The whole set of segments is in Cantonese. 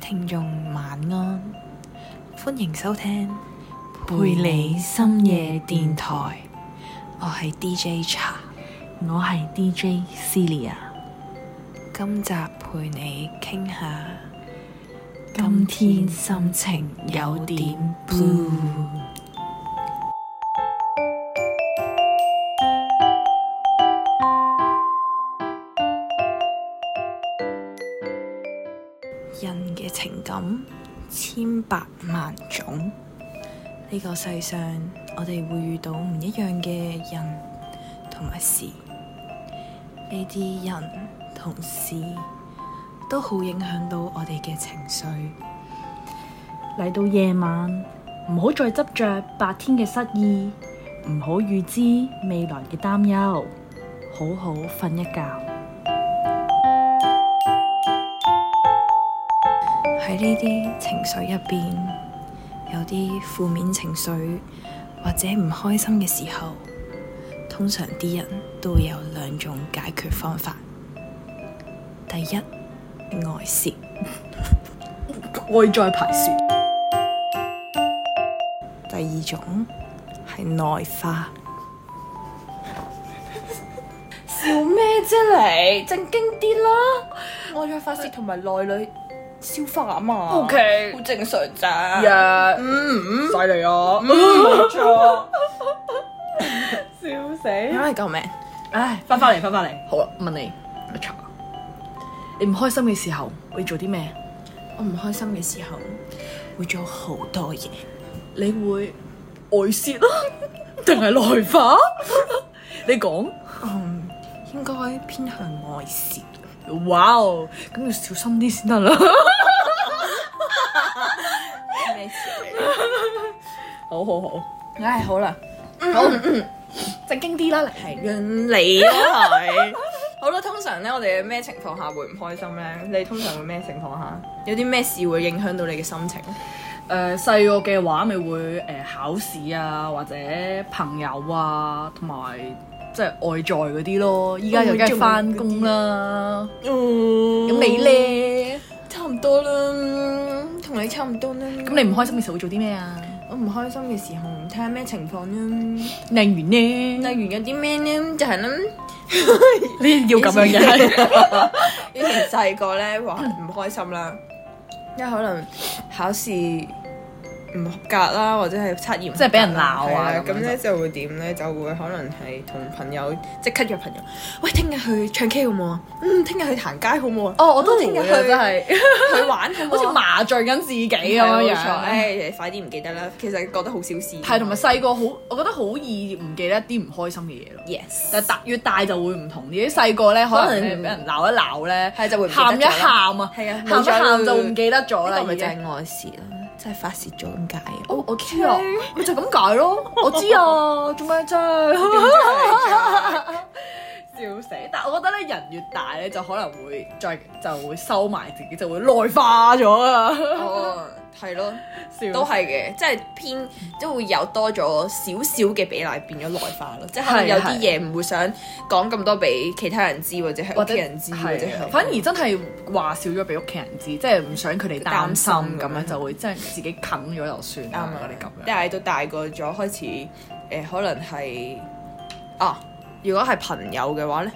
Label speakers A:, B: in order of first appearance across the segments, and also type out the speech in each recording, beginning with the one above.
A: 聽眾晚安，歡迎收聽陪你深夜電台，我係 DJ 茶，
B: 我係 DJ Celia，
A: 今集陪你傾下，今
B: 今天
A: 天
B: 心
A: 心
B: 情
A: 情
B: 有
A: 有
B: 點
A: 點 blue。
B: blue
A: 人嘅情感千百萬種，呢個世上我哋會遇到唔一樣嘅人同埋事，呢啲人同事都好影響到我哋嘅情緒。
B: 嚟到夜晚，唔好再執着白天嘅失意，唔好預知未來嘅擔憂，好好瞓一覺。
A: 喺呢啲情緒入邊，有啲負面情緒或者唔開心嘅時候，通常啲人都會有兩種解決方法。第一，外泄。
B: 外在排泄，
A: 第二種係內化，
B: 笑咩啫你？正經啲啦，外在發泄同埋內裏消化啊嘛。O K，
A: 好正常咋。
B: 呀，嗯，犀利啊，冇錯，笑死。
A: 唉，救命！
B: 唉，翻返嚟，翻返嚟。
A: 好啦，問你，
B: 阿茶，你唔開心嘅時候會做啲咩？
A: 我唔開心嘅時候會做好多嘢，
B: 你會外泄啦， 定係內化？ 你講，
A: 嗯，應該偏向外泄。
B: 哇哦，咁要小心啲先得啦。
A: 咩事？
B: 好好好，嗯
A: 唉，好啦，
B: 正經啲啦，係
A: 讓你啦， 係。好啦，通常咧，我哋咩情況下會唔開心咧？你通常會咩情況下？有啲咩事會影響到你嘅心情？
B: 誒呃細個嘅話，咪會誒、呃考試啊，或者朋友啊，同埋即係外在嗰啲咯。依
A: 哦
B: 家又梗係翻工啦，
A: 嗯，
B: 咁你？咧？
A: 差唔多啦，同你差唔多啦。咁
B: 咁你唔開心嘅時候會做啲咩啊？
A: 我唔開心嘅時候，睇下咩情況啦。
B: 例如呢，
A: 例如有啲咩呢？就係咧，
B: 你要咁樣嘅。
A: 以前細個咧話唔開心啦，因為可能考試唔合格啦，或者係測驗唔合格啦，
B: 即係俾人鬧啊
A: 係啦
B: 咁樣
A: 咁咧就會點咧？就會可能係同朋友即刻約朋友，喂，聽日去唱 K 好唔好啊？嗯，聽日去行街好唔好啊？
B: 哦，我都
A: 聽
B: 聽
A: 日
B: 日
A: 去
B: 真係
A: 去玩好唔
B: 好似
A: 好啊？
B: 麻醉緊自己咁
A: 係啊
B: 樣
A: 冇錯
B: 樣。
A: 誒，快啲唔記得啦。其實覺得好小事，
B: 係同埋細個好，我覺得好易唔記得一啲唔開心嘅嘢咯。
A: yes，
B: 但係大越大就會唔同啲，細個咧可
A: 可
B: 能
A: 能
B: 咧俾人鬧一鬧咧，
A: 係就會唔記得咗啦
B: 喊一喊啊，
A: 係啊
B: 喊
A: 冇
B: 一
A: 咗
B: 喊就唔記得咗啦，
A: 呢個咪
B: 已
A: 就
B: 經。
A: 係外事啦，即係發泄咗咁解。
B: 哦，我知啊，咪就咁解咯，我知啊，做咩啫？笑死！但係我覺得咧，人越大咧，就可能會再就會收埋自己，就會內化咗啊！
A: 哦，係咯，
B: 笑
A: 都係嘅，即係偏都會有多咗少少嘅比例變咗內化咯，即係可能有啲嘢唔會想講咁多俾其他人知，或者係屋企人知，或者
B: 係
A: 係
B: 反而真係話少咗俾屋企人知，即係唔想佢哋擔心
A: 擔心
B: 咁
A: 咁
B: 樣
A: 樣
B: 就會即係自己啃咗就算
A: 啱
B: 啦
A: 啊，
B: 嗰啲咁樣。
A: 但係到大個咗開始，誒、可能係啊，如果係朋友嘅話咧，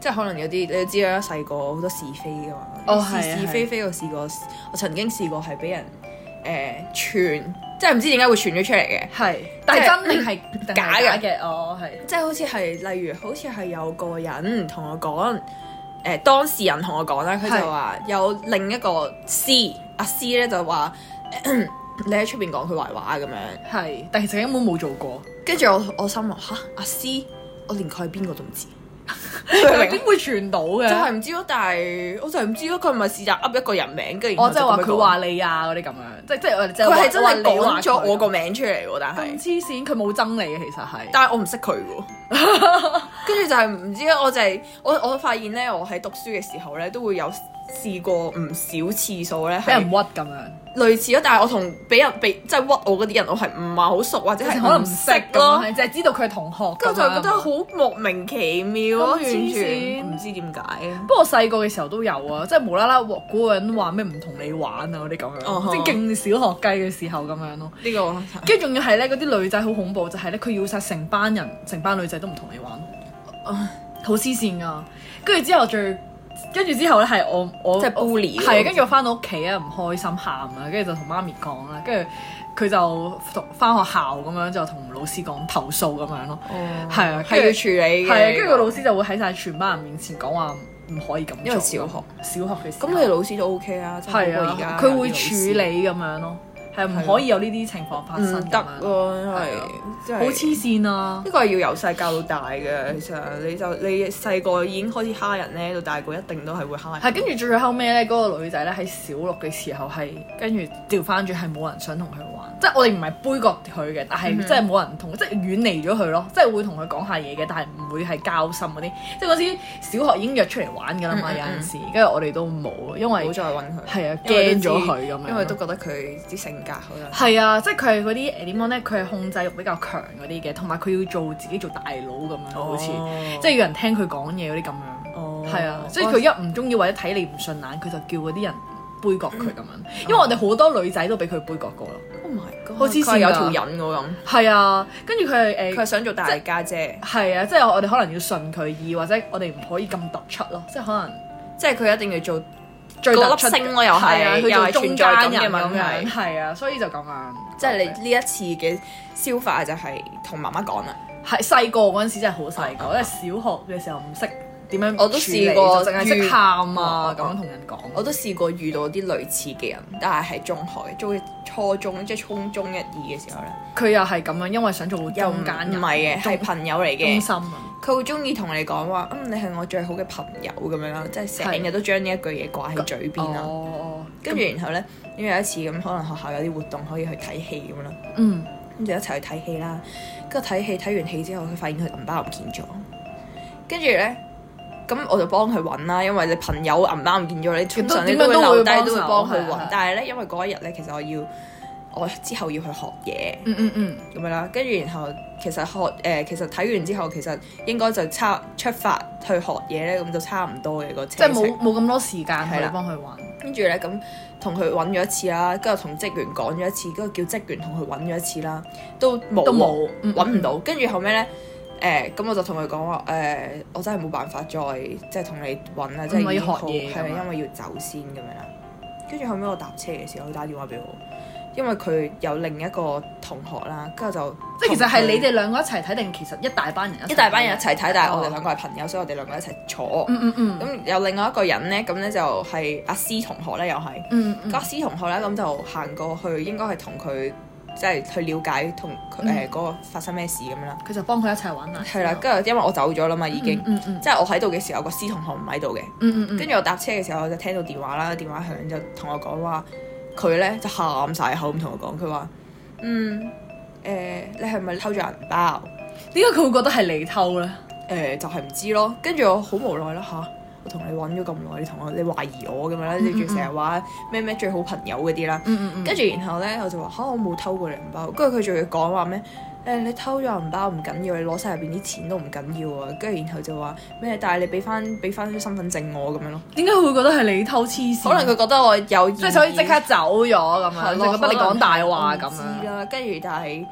A: 即係可能有啲你都知啦，細個好多是非噶嘛，
B: 哦係啊
A: 是是
B: 係啊
A: 非非我試過，我曾經試過係俾人誒、傳，即係唔知點解會傳咗出嚟嘅。
B: 係，但
A: 即係
B: 係真 定係
A: 假
B: 定係
A: 嘅
B: 嘅？哦，係
A: 即係好似係，例如好似係有個人同我講，誒、當事人同我講啦，佢
B: 係
A: 就話有另一個 C，阿 C 咧就話 你喺出邊講佢壞話咁樣，
B: 係，但其實根本冇做 過，
A: 跟住我我心諗吓，阿 C，我連佢係邊個都唔知，明唔明
B: 點會傳到嘅？
A: 就係唔知咯，但係我就係唔知咯，佢唔係試擇噏一個人名，跟住然後
B: 我哦即係話
A: 咁樣
B: 佢話你啊嗰啲咁樣，即係即係我哋即係
A: 講
B: 話
A: 佢係真係
B: 話
A: 講
B: 你話
A: 咗
B: 佢
A: 我個名出嚟喎，但
B: 咁
A: 係
B: 黐線，佢冇憎你嘅其實係。
A: 但係我唔識佢喎，跟住就係唔知，我就係、我我發現咧，我喺讀書嘅時候咧，都會有試過唔少次數咧，
B: 俾人
A: 係
B: 屈咁樣，
A: 類似咯。但係我同俾人被即係屈我嗰啲人，我係唔係好熟，或者係
B: 可能唔
A: 唔
B: 識
A: 識咯
B: 咯，。就係知道佢係同學。
A: 跟住我就覺
B: 係
A: 得好莫名其妙咯，
B: 咁啊
A: 完
B: 黐
A: 全
B: 線
A: 唔知點解啊！
B: 不過細個嘅時候都有啊，即係無啦啦喎嗰個人話咩唔同你玩啊嗰啲咁樣
A: 哦呵
B: 即係勁小學雞嘅時候咁樣咯。
A: 呢個
B: 跟住仲要係咧，嗰啲女仔好恐怖，就係咧佢要晒成班人，成班女仔都唔同你玩，
A: 哦
B: 好黐線噶。跟住之後最，跟住之後咧係我我
A: 即係 bully
B: 係啊跟住我翻到屋企啊唔開心喊啊，跟住就同媽咪講啦，跟住佢就同翻學校咁樣就同老師講投訴咁樣咯，係啊
A: 係要處理嘅。
B: 係啊，跟住個老師就會喺晒全班人面前講話唔可以咁做，啊
A: 因為小學
B: 小學嘅時候
A: 咁你老師都 OK 啊，即係好
B: 係
A: 過而家
B: 啊，佢
A: 有
B: 會
A: 啲老
B: 處
A: 師
B: 理咁樣咯，係啊唔
A: 係咯
B: 可以有呢啲情況發生
A: 唔
B: 咁
A: 得
B: 樣
A: 咯，因為
B: 係啊
A: 真係
B: 好黐線啊！
A: 呢個係要由細教到大嘅，其實你就你細個已經開始蝦人咧，到大個一定都係會蝦人。
B: 係跟住最後尾咧，嗰、個女仔咧喺小六嘅時候係跟住調翻轉係冇人想同佢玩，即係我哋唔係杯葛佢嘅，但
A: 嗯
B: 係即係冇人同，即係遠離咗佢咯，即係會同佢講下嘢嘅，但係唔會係交心嗰啲。即係嗰時小學已經約出嚟玩㗎啦嘛，
A: 嗯嗯嗯
B: 有陣時跟住我哋都冇，因為
A: 唔好再揾佢，
B: 係啊
A: 因為都
B: 驚
A: 知
B: 咗佢咁樣
A: 因為都覺得佢啲性格可能
B: 係啊，即係佢係嗰啲誒點講咧，佢係控制欲比較強嗰啲嘅，同埋佢要做自己做大佬咁樣，好似即係要人聽佢講嘢嗰啲咁樣。
A: 哦
B: 係啊，所以佢一唔中意或者睇你唔順眼，佢就叫嗰啲人杯葛佢咁樣。因為我哋好多女仔都俾佢杯葛過咯。
A: Oh my god，
B: 好黐線㗎
A: 佢係有條癮我咁，
B: 嗯係啊，跟住佢係
A: 佢
B: 誒
A: 係想做大家姐，
B: 係啊，即係我哋可能要順佢意，或者我哋唔可以咁突出咯，即係可能
A: 即係佢一定要做
B: 最突
A: 嗰粒
B: 出嘅
A: 星咯又係
B: 係啊，
A: 又
B: 佢
A: 係
B: 做
A: 存
B: 中
A: 在
B: 間
A: 感嘅
B: 人咁
A: 問題
B: 樣，係啊，所以就咁樣。
A: 即係你呢一次嘅消化就係同媽媽講啦。
B: 係細個嗰陣時真係好細個，因為小學嘅時候唔識點
A: 哦
B: 樣處理，
A: 我都試過
B: 就淨係識喊啊
A: 遇
B: 咁樣同人講。
A: 哦我都試過遇到啲類似嘅人，但係係中學嘅，中初中即係初中一二嘅時候咧，
B: 佢又係咁樣，因為想做中
A: 又唔
B: 間
A: 唔
B: 人，
A: 係嘅，係朋友嚟
B: 中
A: 嘅。
B: 心啊。
A: 佢好中意同你講話，嗯，你係我最好嘅朋友咁樣啦，即係成日都將呢一句嘢掛喺嘴邊啦。
B: 哦，
A: 跟住然後咧，因為有一次咁，可能學校有啲活動可以去睇戲咁啦，
B: 嗯，
A: 咁就一齊去睇戲啦。跟住睇戲睇完戲之後，佢發現佢銀包唔見咗，跟住咧。咁我就幫佢揾啦，因為你朋友銀包唔見咗，你通常你
B: 點
A: 都
B: 樣
A: 會
B: 都會
A: 留低，
B: 幫手啊
A: 都會幫佢
B: 係
A: 揾
B: 係。
A: 但係咧，因為嗰一日咧，其實我要我之後要去學嘢，
B: 嗯嗯嗯，
A: 咁樣啦，跟住然後其實學誒、呃其實睇完之後，其實應該就差出發去學嘢咧，咁就差唔多嘅個
B: 即
A: 車
B: 係
A: 程。
B: 冇冇咁多時間
A: 係
B: 去
A: 啦
B: 幫佢玩。
A: 跟住咧，咁同佢揾咗一次啦，跟住同職員講咗一次，跟住叫職員同佢揾咗一次啦，都冇
B: 都冇嗯
A: 揾唔到。跟住後尾咧，誒、咁我就同佢講話誒，我真係冇辦法再即係同你揾啦，即係
B: 因為
A: 已經
B: 要學嘢
A: 好係
B: 咁啊
A: 因為要走先咁樣啦。跟住後尾我搭車嘅時候，佢打電話俾我，因為佢有另一個同學啦，跟住就
B: 即係其實
A: 同
B: 係
A: 佢
B: 你哋兩個一齊睇，定其實一大班人一齊睇哦
A: 一大班人一齊睇，但係我哋兩個係朋友，所以我哋兩個一齊坐。
B: 嗯嗯嗯
A: 咁有另外一個人呢，咁呢就係阿思同學呢，又係。
B: 嗯嗯
A: 咁阿思同學呢，咁就行過去，應該係同佢即係去了解同
B: 嗯
A: 佢誒嗰個發生咩事咁樣啦。
B: 佢就幫佢一齊玩啦。
A: 係啦，跟住因為我走咗啦嘛，已經
B: 嗯。嗯嗯
A: 即係我喺度嘅時候，個思同學唔喺度嘅。
B: 嗯嗯
A: 跟住我搭車嘅時候，我就聽到電話啦，電話響就同我講話，佢咧就喊晒口咁同我講，佢話：嗯誒、你係咪偷咗銀包？
B: 點解佢會覺得係你偷咧？
A: 誒、呃就係、唔知咯，跟住我好無奈啦吓，我同你揾咗咁耐，你同我你懷疑我咁樣啦，你仲成日話咩咩最好朋友嗰啲啦，
B: 嗯嗯嗯
A: 跟住然後咧我就話吓、我冇偷過你銀包，跟住佢仲要講話咩誒你偷咗銀包唔緊要，你攞晒入邊啲錢都唔緊要啊，跟住然後就話咩，但係你俾翻俾翻張身份證我咁樣咯，
B: 點解佢會覺得係你偷黐線？
A: 可能佢覺得我有
B: 即係所以即刻走咗咁
A: 係
B: 樣，
A: 咯
B: 就覺得你講大話咁啊
A: 我唔知
B: 樣。
A: 啦，跟住但係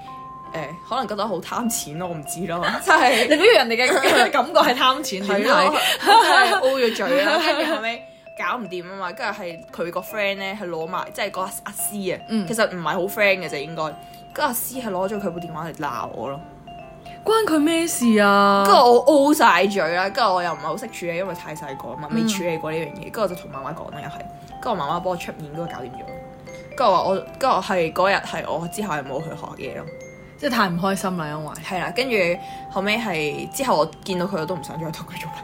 A: 誒、可能覺得好貪錢咯，我唔知咯，真係
B: 你。俾人 哋嘅 感覺係啊貪錢點
A: 係
B: 睇
A: 咯？，真係 O 咗嘴 啦，跟住後尾搞唔掂啊嘛，跟住係佢個 friend 咧係攞埋，即係個阿阿師啊，
B: 嗯
A: 其實唔係好 friend 嘅啫應該，跟住阿師係攞咗佢部電話嚟鬧我咯，
B: 關佢咩事啊？
A: 跟住我 O 晒嘴啦，跟住我又唔係好識處理，因為太細個啊嘛，
B: 嗯
A: 未處理過呢樣嘢，跟住我就同媽媽講啦又係，跟住我媽媽幫我出面嗰個搞掂咗，跟住我話我，跟住我係嗰日係我之後係冇去學嘢咯。
B: 即係太唔開心啦，因為
A: 係啦，跟住後尾係之後我見到佢我都唔想再同佢做朋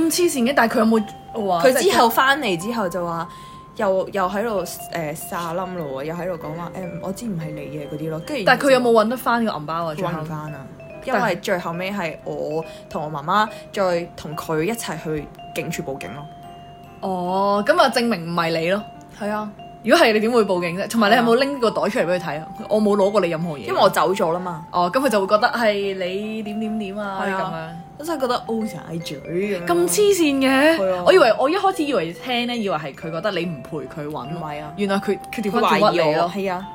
A: 友
B: 咁黐線嘅，啊但係佢有冇哇？
A: 佢之後翻嚟之後就話又又喺度誒撒冧咯喎，又喺度講話誒我知唔係你嘅嗰啲咯，跟住
B: 但係佢有冇揾得翻個銀包啊？
A: 揾唔翻啊？因為最後尾係我同我媽媽再同佢一齊去警署報警咯。
B: 哦，咁啊證明唔係你咯。
A: 係啊，
B: 如果係你點會報警啫？同埋你
A: 係
B: 有
A: 啊
B: 冇拎個袋出嚟俾佢睇啊？我冇攞過你任何嘢，
A: 因為我走咗啦嘛，
B: 哦，咁佢就會覺得係你點點點啊
A: 係
B: 咁樣
A: 啊。我真係覺得 O 晒嘴咁
B: 咁黐
A: 黐
B: 線嘅，
A: 係啊
B: 我以為我一開始以為聽咧，以為係佢覺得你唔陪佢揾
A: 唔，係啊，
B: 原來佢佢調
A: 佢
B: 翻轉
A: 懷
B: 屈你
A: 疑我
B: 咯，
A: 係啊，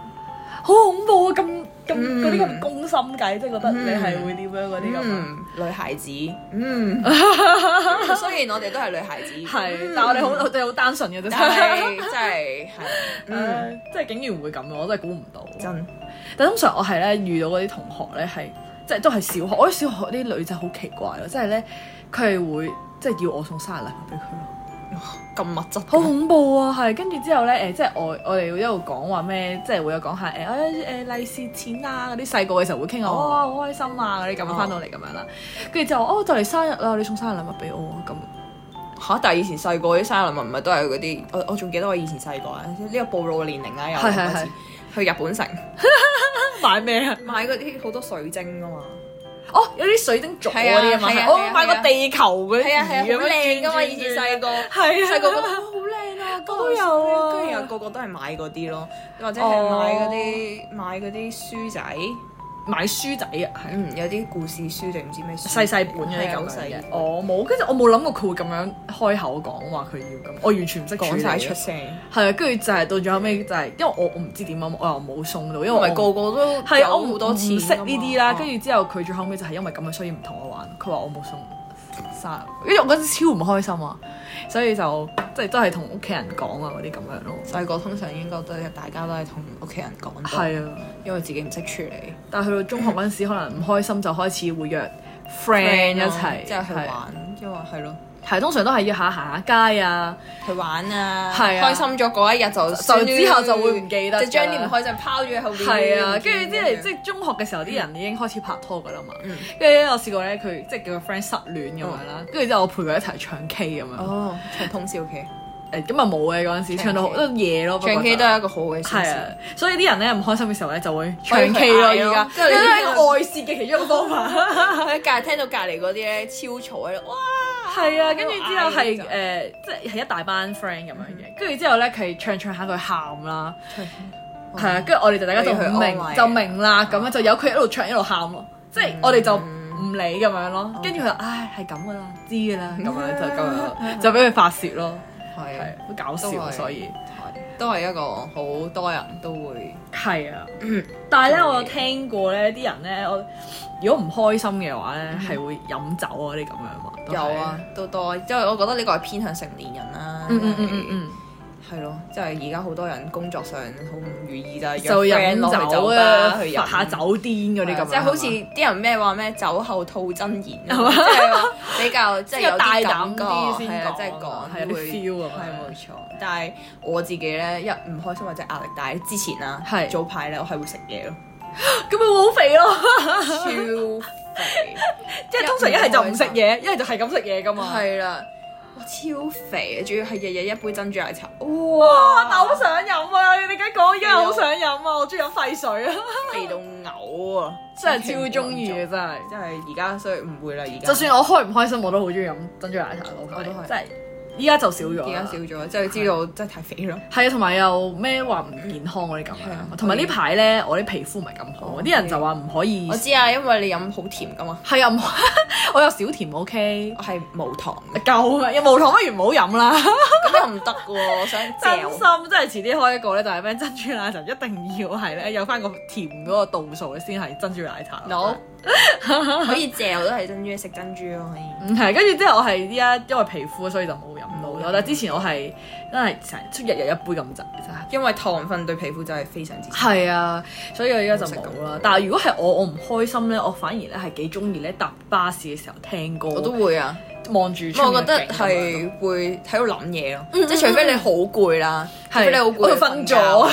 B: 好恐怖啊！咁咁
A: 嗯
B: 嗰啲咁攻心計，即係覺得你係會點樣嗰啲咁啊。
A: 嗯，女孩子， 嗯，雖然我哋都係女孩子，嗯
B: 係，但係我 哋好我哋好單純嘅啫，真
A: 但
B: 嗯係，
A: 係 真係係，嗯，
B: 唉即係竟然會咁，我真係估唔到。
A: 真
B: 但通常我係咧遇到嗰啲同學咧係，即係都係小學，我覺得小學啲女仔好奇怪咯，即係咧佢係會即係要我送生日禮物俾佢咯。
A: 咁物質，
B: 好恐怖啊！係跟住之後咧，誒、即係我我哋會一路講話咩，即係會有講下誒哎誒誒利是錢啊嗰啲細個嘅時候會傾啊，
A: 哦
B: 哇好開心啊嗰啲咁樣
A: 哦
B: 翻到嚟咁樣啦，跟住就話哦就嚟生日啦，你送生日禮物俾我啊 咁，
A: 嚇！但係以前細個啲生日禮物唔係都係嗰啲，我我仲記得我以前細個啊，呢個暴露嘅年齡啊啦，又
B: 係
A: 開
B: 係
A: 始
B: 係
A: 去日本城
B: 買咩啊？
A: 買嗰啲好多水晶啊嘛，
B: 哦有啲水晶座嗰啲啊嘛，
A: 係啊係啊
B: 我
A: 係啊
B: 買個
A: 係啊
B: 地球嗰啲
A: 係啊係啊，
B: 魚咁樣
A: 好靚噶嘛！
B: 轉轉
A: 以前
B: 轉
A: 細個
B: 係啊
A: 細個覺得哇好靚啊，嗰
B: 都有啊哦
A: 跟住又個個都係買嗰啲咯，或者係買嗰啲買嗰啲書仔，
B: 買書仔啊，係
A: 嗯，有啲故事書定唔知咩書
B: 細細本嗰啲
A: 係啊
B: 咁
A: 好
B: 細
A: 細，
B: 嘅
A: 嘅，
B: 我冇，跟住我冇諗過佢會咁樣開口講話佢要咁，我完全唔識處
A: 講
B: 理
A: 晒
B: 啊
A: 出聲，
B: 係啊，跟住就係到最後尾就係、因為我我唔知點啊樣，我又冇送到，因為
A: 因為
B: 我
A: 個個都
B: 係啊我
A: 有
B: 唔
A: 好多錢啊
B: 唔識呢啲啦，跟
A: 住
B: 住之後佢最後尾就係因為咁樣，所以唔同我玩。佢話我冇送
A: 哦
B: 生日，跟住我嗰陣超唔開心啊，所以就即係都係同屋企人講啊嗰啲咁樣咯。
A: 細個通常應該都係大家都係同屋企人講多，
B: 係啊，
A: 因為自己唔識處理。
B: 但係去到中學嗰陣時，可能唔開心就開始會約 friend 一齊，
A: 即係去
B: 係
A: 玩，因為係咯，
B: 係通常都係約下行下街啊，
A: 去玩啊，
B: 係啊
A: 開心咗嗰一日就
B: 就之後就會唔記得
A: 就將
B: 㗎
A: 啲唔開心拋咗喺後邊。
B: 係啊，跟住即係
A: 咁樣
B: 即係中學嘅時候啲人已經開始拍拖噶啦嘛
A: 嗯，
B: 跟住咧我試過咧佢即係叫個 friend 失戀咁樣啦，跟住之後我陪佢一齊唱 K 咁樣，
A: 哦，唱通宵 K，
B: 誒咁啊冇嘅嗰陣時唱到好
A: 唱 K
B: 都夜咯，不過
A: 唱 K
B: 就
A: 都係一個好嘅事。
B: 係啊，所以啲人咧唔開心嘅時候咧就會
A: 可以去
B: 唱 K 咯，
A: 嗌
B: 而
A: 咯
B: 家
A: 跟住
B: 因
A: 呢
B: 為呢個愛是嘅其中一個方法。
A: 喺隔聽到隔離嗰啲咧超嘈喺度，哇！
B: 係啊，跟住之後係
A: 嗌
B: 誒，即係係一大班 friend 咁樣嘅，跟住之後咧佢唱唱下佢喊啦，係啊，跟住我哋就大家就
A: 哦我要哦去
B: 唔
A: 安
B: 明
A: 慰
B: 就明啦，咁樣就由佢一路唱一路喊咯，即係我哋就
A: 嗯
B: 唔理咁樣咯，
A: 哦
B: 跟住佢就唉係咁噶啦，知噶 啦，咁樣就咁樣就俾佢發泄咯，
A: 係
B: 係
A: 啊
B: 好搞
A: 都
B: 笑，
A: 係
B: 所以
A: 係都係一個好多人都會
B: 係啊，
A: 嗯
B: 但係咧
A: 做嘢
B: 我有聽過咧啲人咧，我如果唔開心嘅話咧係會飲酒啊啲咁樣嘛，都
A: 嗯
B: 係
A: 有啊，，都多，因為我覺得呢個係偏向成年人啦。
B: 嗯嗯嗯嗯嗯。
A: 係咯，即係而家好多人工作上好唔如意就係
B: 就
A: 約
B: 飲
A: friend 落去
B: 酒
A: 吧
B: 啊，
A: 去
B: 發
A: 飲
B: 下酒癲嗰啲咁樣，啊
A: 即係好似啲人咩話咩酒後吐真言啊，即係話比 較即係
B: 即係
A: 有
B: 大
A: 啲
B: 膽
A: 膽
B: 啲先
A: 係啊，即係
B: 講啊係有啲
A: 講會
B: feel 啊
A: 係冇錯。但係我自己咧，一唔開心或者壓力大之前啊，
B: 係
A: 早排咧，我係會食嘢 咯，
B: 咁咪會好肥咯。
A: 超肥，
B: 即係通常一係就唔食嘢，一係就係咁食嘢噶嘛。
A: 係啦，哇超肥，啊仲要係日日一杯珍珠奶茶，
B: 哇！但
A: 哇，
B: 我好想飲啊！你而家講，因為好想飲啊！我中意飲廢水啊，
A: 肥到嘔啊，
B: 真係超中意啊嘅真係。
A: 真係而家所以唔會啦，而家
B: 就算我開唔開心，我都好中意飲珍珠奶茶嗰排
A: 我都係
B: 真係依家就少咗啦。
A: 而家少咗，即係知道真係太肥咯。
B: 係啊，同埋又咩話唔健康嗰啲咁
A: 係啊
B: 樣，同埋呢排咧我啲皮膚唔係咁好，
A: 哦
B: 啲人就話唔可以
A: 我。知啊，因為你飲好甜噶嘛，
B: 係啊，唔 我有少甜 OK。
A: 我係無糖嘅，
B: 夠啦，有無糖不如唔好飲啦。
A: 咁又唔得嘅喎，我想
B: 真
A: 嚼
B: 心真係遲啲開一個咧，就係咩珍珠奶茶一定要係咧有翻個甜嗰個度數咧，先係珍珠奶茶。
A: ，no，可以嚼都係珍珠，食珍珠咯可以。
B: 唔係，跟住之後我係依家因為皮膚所以就冇飲到
A: 冇
B: 咯
A: 飲。
B: 但係之前我係真係成日日一杯咁滯，真係。
A: 因為糖分對皮膚真係非常之差，
B: 係啊，所以我依家就冇
A: 冇食
B: 啦。但係如果係我，我唔開心咧，我反而咧係幾中意咧搭巴士嘅時候聽歌，
A: 我都會啊。
B: 望住出面嘅景咁樣。
A: 我覺得係會喺度諗嘢咯，即係除非你好攰啦，除
B: 係
A: 非你好攰
B: 我
A: 你
B: 會瞓
A: 覺
B: 咗。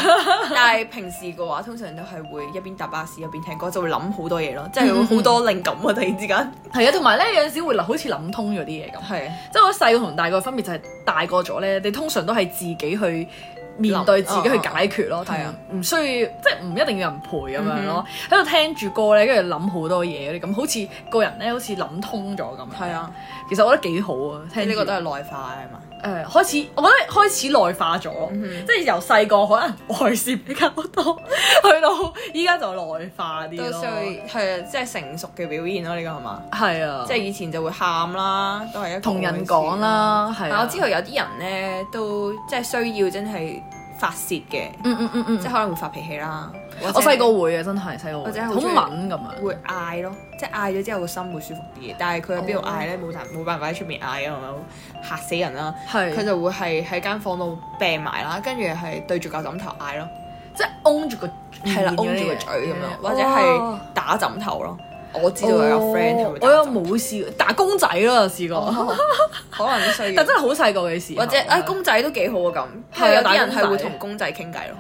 A: 但係平時嘅話，通常都係會一邊搭巴士一邊聽歌，就會諗好多嘢咯，即係會好多靈感啊！突然之間
B: 係啊，同埋咧有陣時會諗好似諗通咗啲嘢咁。
A: 係
B: 即係我細個同大個嘅分別就係大個咗咧，你通常都係自己去面對自己去解決咯，
A: 諗
B: 係
A: 啊
B: 啊，唔需要即係唔一定要人陪咁樣咯，喺度聽住歌咧，跟住諗好多嘢嗰啲，咁好似個人咧好似諗通咗咁樣。
A: 係啊，
B: 其實我覺得幾好啊，聽住
A: 呢個都係內化
B: 啊
A: 係嘛？
B: 誒、開始，我覺得開始內化咗咯，即係由細個可能外事比較多， 去到依家就內化啲
A: 都需要
B: 咯。
A: 係啊，即係成熟嘅表現咯，呢個係嘛？
B: 係啊，
A: 即係以前就會喊啦，都係一個
B: 同人講啦，係
A: 愛事。
B: 啊。
A: 但我知道有啲人咧都即係需要真係發泄嘅，
B: 嗯，嗯嗯嗯
A: 即係
B: 嗯，
A: 可能會發脾氣啦。或者
B: 我細個會嘅，啊真係細個
A: 或者
B: 會，
A: 好
B: 好
A: 中意
B: 敏咁啊樣。
A: 會嗌咯，即係嗌咗之後個心會舒服啲嘅。但係佢喺邊度嗌咧？冇辦冇辦法喺出面嗌啊，係咪嚇死人啦！
B: 係
A: 佢就會係喺間房度病埋啦，跟住係對住個枕頭嗌咯，
B: 即係擁住個
A: 係啦，擁住個嘴咁
B: 哦
A: 樣，哦或者係打枕頭咯。我知道有個 friend 係會打
B: 我又
A: 枕頭，
B: 冇試過打公仔啦，試過，
A: 可能都需要
B: 哦但。真係好細個嘅事。
A: 或者誒公仔都幾好啊咁，
B: 係
A: 係
B: 啊
A: 有啲人
B: 打
A: 係
B: 工
A: 會
B: 仔
A: 同公仔傾偈咯，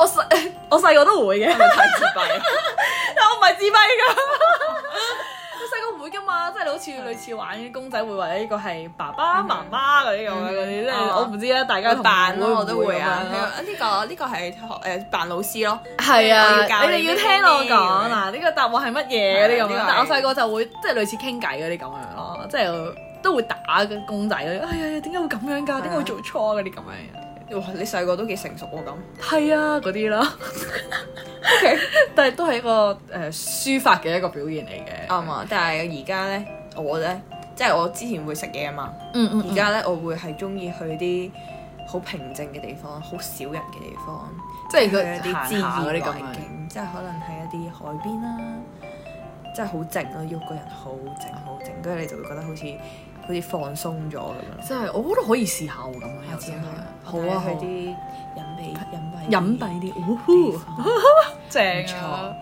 B: 我細 我細個都會嘅。
A: 太自閉
B: 啊
A: 啦。
B: 但我唔係自閉㗎。 我細個會㗎嘛，即係你好似類似玩啲公仔會或者呢個係爸爸媽媽嗰啲咁樣嗰啲，即
A: 嗯
B: 係我唔知啦，啊大家
A: 佢
B: 同
A: 扮
B: 會
A: 咯，
B: 唔
A: 我都會啊。
B: 咁樣
A: 係
B: 咯
A: 啊呢個呢個係學誒扮老師咯，
B: 係
A: 我
B: 啊，
A: 要教
B: 你哋
A: 你
B: 要
A: 啲
B: 聽我
A: 咩
B: 講嗱，呢個答案係乜嘢嗰啲咁
A: 係呢
B: 樣
A: 個係。
B: 但我細個就會即係類似傾偈嗰啲咁樣咯，即係都會打嘅公仔嗰啲。哎呀，點解會咁樣㗎？點解會做錯嗰啲咁樣？
A: 哇！你細個都幾成熟喎咁。
B: 係啊，嗰啲啦。
A: OK，
B: 但係都係一個誒抒發嘅一個表現嚟嘅。
A: 啱啊！但係而家咧，我咧即係我之前會食嘢啊嘛，
B: 嗯嗯
A: 而家咧我會係中意去啲好平靜嘅地方，好少人嘅地方，
B: 即係
A: 去
B: 佢
A: 一啊啲自然
B: 嗰啲咁啊
A: 環
B: 樣。
A: 境，即係可能係一啲海邊啦，即係好靜咯，要個人好靜好靜，跟住你就會覺得好似好似放鬆咗咁樣。
B: 真係，我覺得可以試下喎，咁樣又真係好啊，好
A: 去啲隱蔽隱蔽
B: 隱蔽啲，呼 呼，正
A: 啊，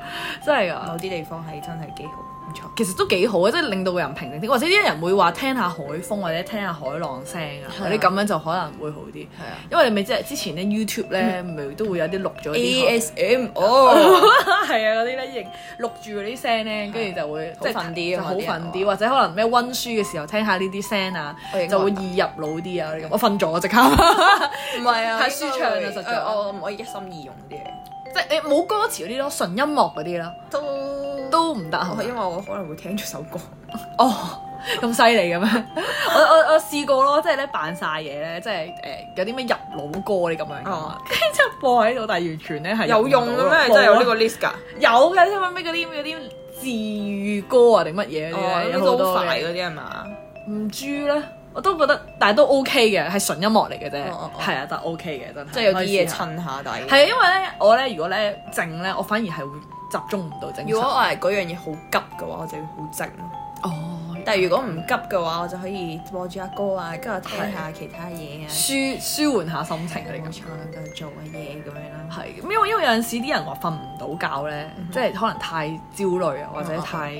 B: 真係
A: 某
B: 啊！
A: 啲地方係真係幾好，唔錯。
B: 其實都幾好啊，即係令到個人平靜啲，或者啲人會話聽下海風或者聽下海浪聲啊，
A: 係啊
B: 嗰啲咁樣就可能會好啲。
A: 係啊
B: 因為你咪即係之前咧 YouTube
A: 嗯
B: 咧，咪都會有啲錄咗啲海。
A: ASM 哦，
B: 係啊，嗰啲咧亦錄住嗰啲聲咧，跟住就會
A: 好瞓啲啊
B: 就
A: 嘛
B: 好
A: 啲人
B: 瞓啲，
A: 話
B: 或者可能咩溫書嘅時候聽下呢啲聲啊
A: 我亦，都
B: 就會
A: 覺得
B: 易入腦啲啊嗰啲咁。我瞓咗即刻。
A: 唔係啊，
B: 太舒暢啦
A: 應該會
B: 實在
A: 誒我唔可以一心二用嗰啲嘢，
B: 即係你冇歌詞嗰啲咯，純音樂嗰啲啦，
A: 都
B: 都唔得係
A: 因
B: 咪
A: 為我可能會聽住首歌，
B: 哦，咁犀利嘅咩？ 我我我試過咯，即係咧扮晒嘢咧，即係誒、有啲咩入腦歌啲咁樣㗎
A: 哦
B: 嘛，跟住之後播喺度，但係完全咧係入唔到咯冇啊
A: list 㗎？
B: 有嘅，因為咩嗰啲嗰啲治愈歌啊定乜嘢嗰啲
A: 哦，
B: 咧，
A: 呢
B: 有好
A: 個
B: 多
A: 好快
B: 嘅
A: 嗰啲係嘛？
B: 唔知咧。我都覺得，但係都 OK 嘅，係純音樂嚟嘅啫，係
A: 哦
B: 啊
A: 哦、
B: 但係 OK 嘅真係，
A: 即係有
B: 可
A: 啲
B: 以
A: 嘢
B: 試下。
A: 襯下底。
B: 係啊，因為咧，我咧如果咧靜咧，我反而係會集中唔到正常。
A: 如果我係嗰樣嘢好急嘅話，我就要好靜咯。
B: 哦，
A: 但係如果唔急嘅話，我就可以播住阿歌啊，跟住我聽下其他嘢啊，
B: 舒舒緩下心情嗰啲
A: 冇
B: 咁。
A: 錯啦，就做嘅嘢咁樣啦。
B: 係，因為因為有陣時啲人話瞓唔到覺咧，即係可能太焦慮啊，或者太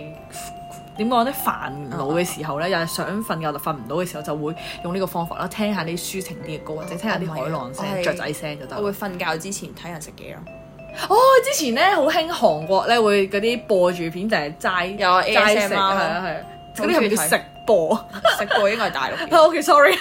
B: 點講咧煩惱嘅時候咧，又係想瞓覺就瞓唔到嘅時候，就會用呢個方法啦，聽下啲抒情啲嘅歌，或者聽下啲海浪
A: 我唔係
B: 聲、
A: 啊
B: 雀仔聲就得
A: 我會
B: 啦。
A: 瞓覺之前睇人食嘢 咯。
B: 哦，之前咧好興韓國咧會嗰啲播住片就係齋
A: 有啊
B: 齋食，
A: ASMR
B: 係啊係啊，嗰啲係咪
A: 好中意
B: 叫
A: 睇
B: 食播 啊
A: 食過應該係大陸 嘅，
B: ？OK sorry。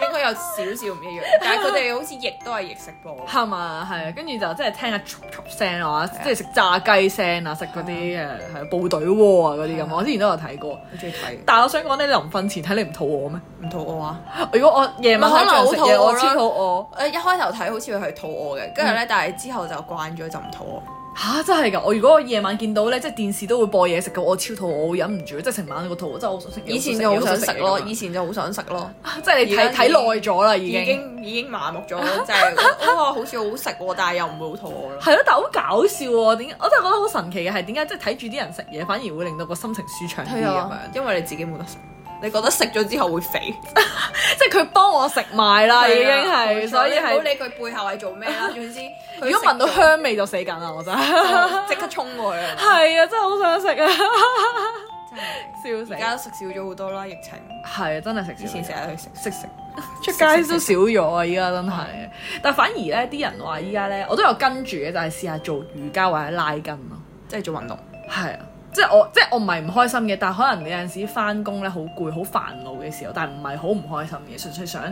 A: 應該有少少唔一樣。但係佢哋好似亦都係亦食過。
B: 係嘛？係啊，跟住就即係聽下嘈嘈聲啊，即係食炸雞聲啊，食嗰啲誒係部隊鍋啊嗰啲
A: 係啊
B: 咁。我之前都有睇過，
A: 好中意睇，
B: 但係我想講咧，你臨瞓前睇你唔肚餓咩？
A: 唔肚餓啊！
B: 如果我夜晚
A: 咪可
B: 可
A: 能
B: 能
A: 好
B: 好
A: 肚
B: 肚
A: 餓
B: 餓，
A: 咯
B: 我超肚
A: 誒一開頭睇好似係肚餓嘅，跟住咧，但係之後就慣咗就唔肚
B: 餓吓，真係㗎！我如果我夜晚見到咧，即係電視都會播嘢食嘅，我超肚餓，我忍唔住，即係成晚個肚餓，真係好想食嘢。
A: 餓。以前
B: 好
A: 就
B: 想
A: 好
B: 嘢
A: 想食咯，
B: 好想
A: 以
B: 嘢
A: 前就好想食咯，
B: 咁樣 即係你
A: 而
B: 睇
A: 家已
B: 睇
A: 經
B: 耐咗啦，已
A: 已
B: 經。
A: 經已經麻木咗， 就係哇好似好食喎，但係又唔會好肚餓咯。
B: 係咯，但係好搞笑喎！點解我真係覺得好神奇嘅係點解即係睇住啲人食嘢，反而會令到個心情舒暢啲咁樣。
A: 因為你自己冇得食，你覺得食咗之後會肥，
B: 即係佢幫我食埋
A: 啊
B: 啦，已經
A: 冇錯
B: 係，所以
A: 你唔好
B: 係。
A: 理佢背後係做咩啦。總 之，
B: 如果聞到香味就死緊啦，我真係。
A: 香， 即刻衝過去啊！
B: 係啊，真係好想食啊！
A: 真係
B: 笑死。
A: 而家食少咗好多啦，疫情
B: 係啊，真係食
A: 之前成日去食
B: 食食出街都少咗啊！依家真係，但反而咧，啲人話依家咧，我都有跟住嘅，就係試下做瑜伽或者拉筋咯。
A: 即係做運動。
B: 係啊，即係我即係我唔係唔開心嘅，但係可能你有陣時翻工咧好攰、好煩惱嘅時候，但係唔係好唔開心嘅，純粹想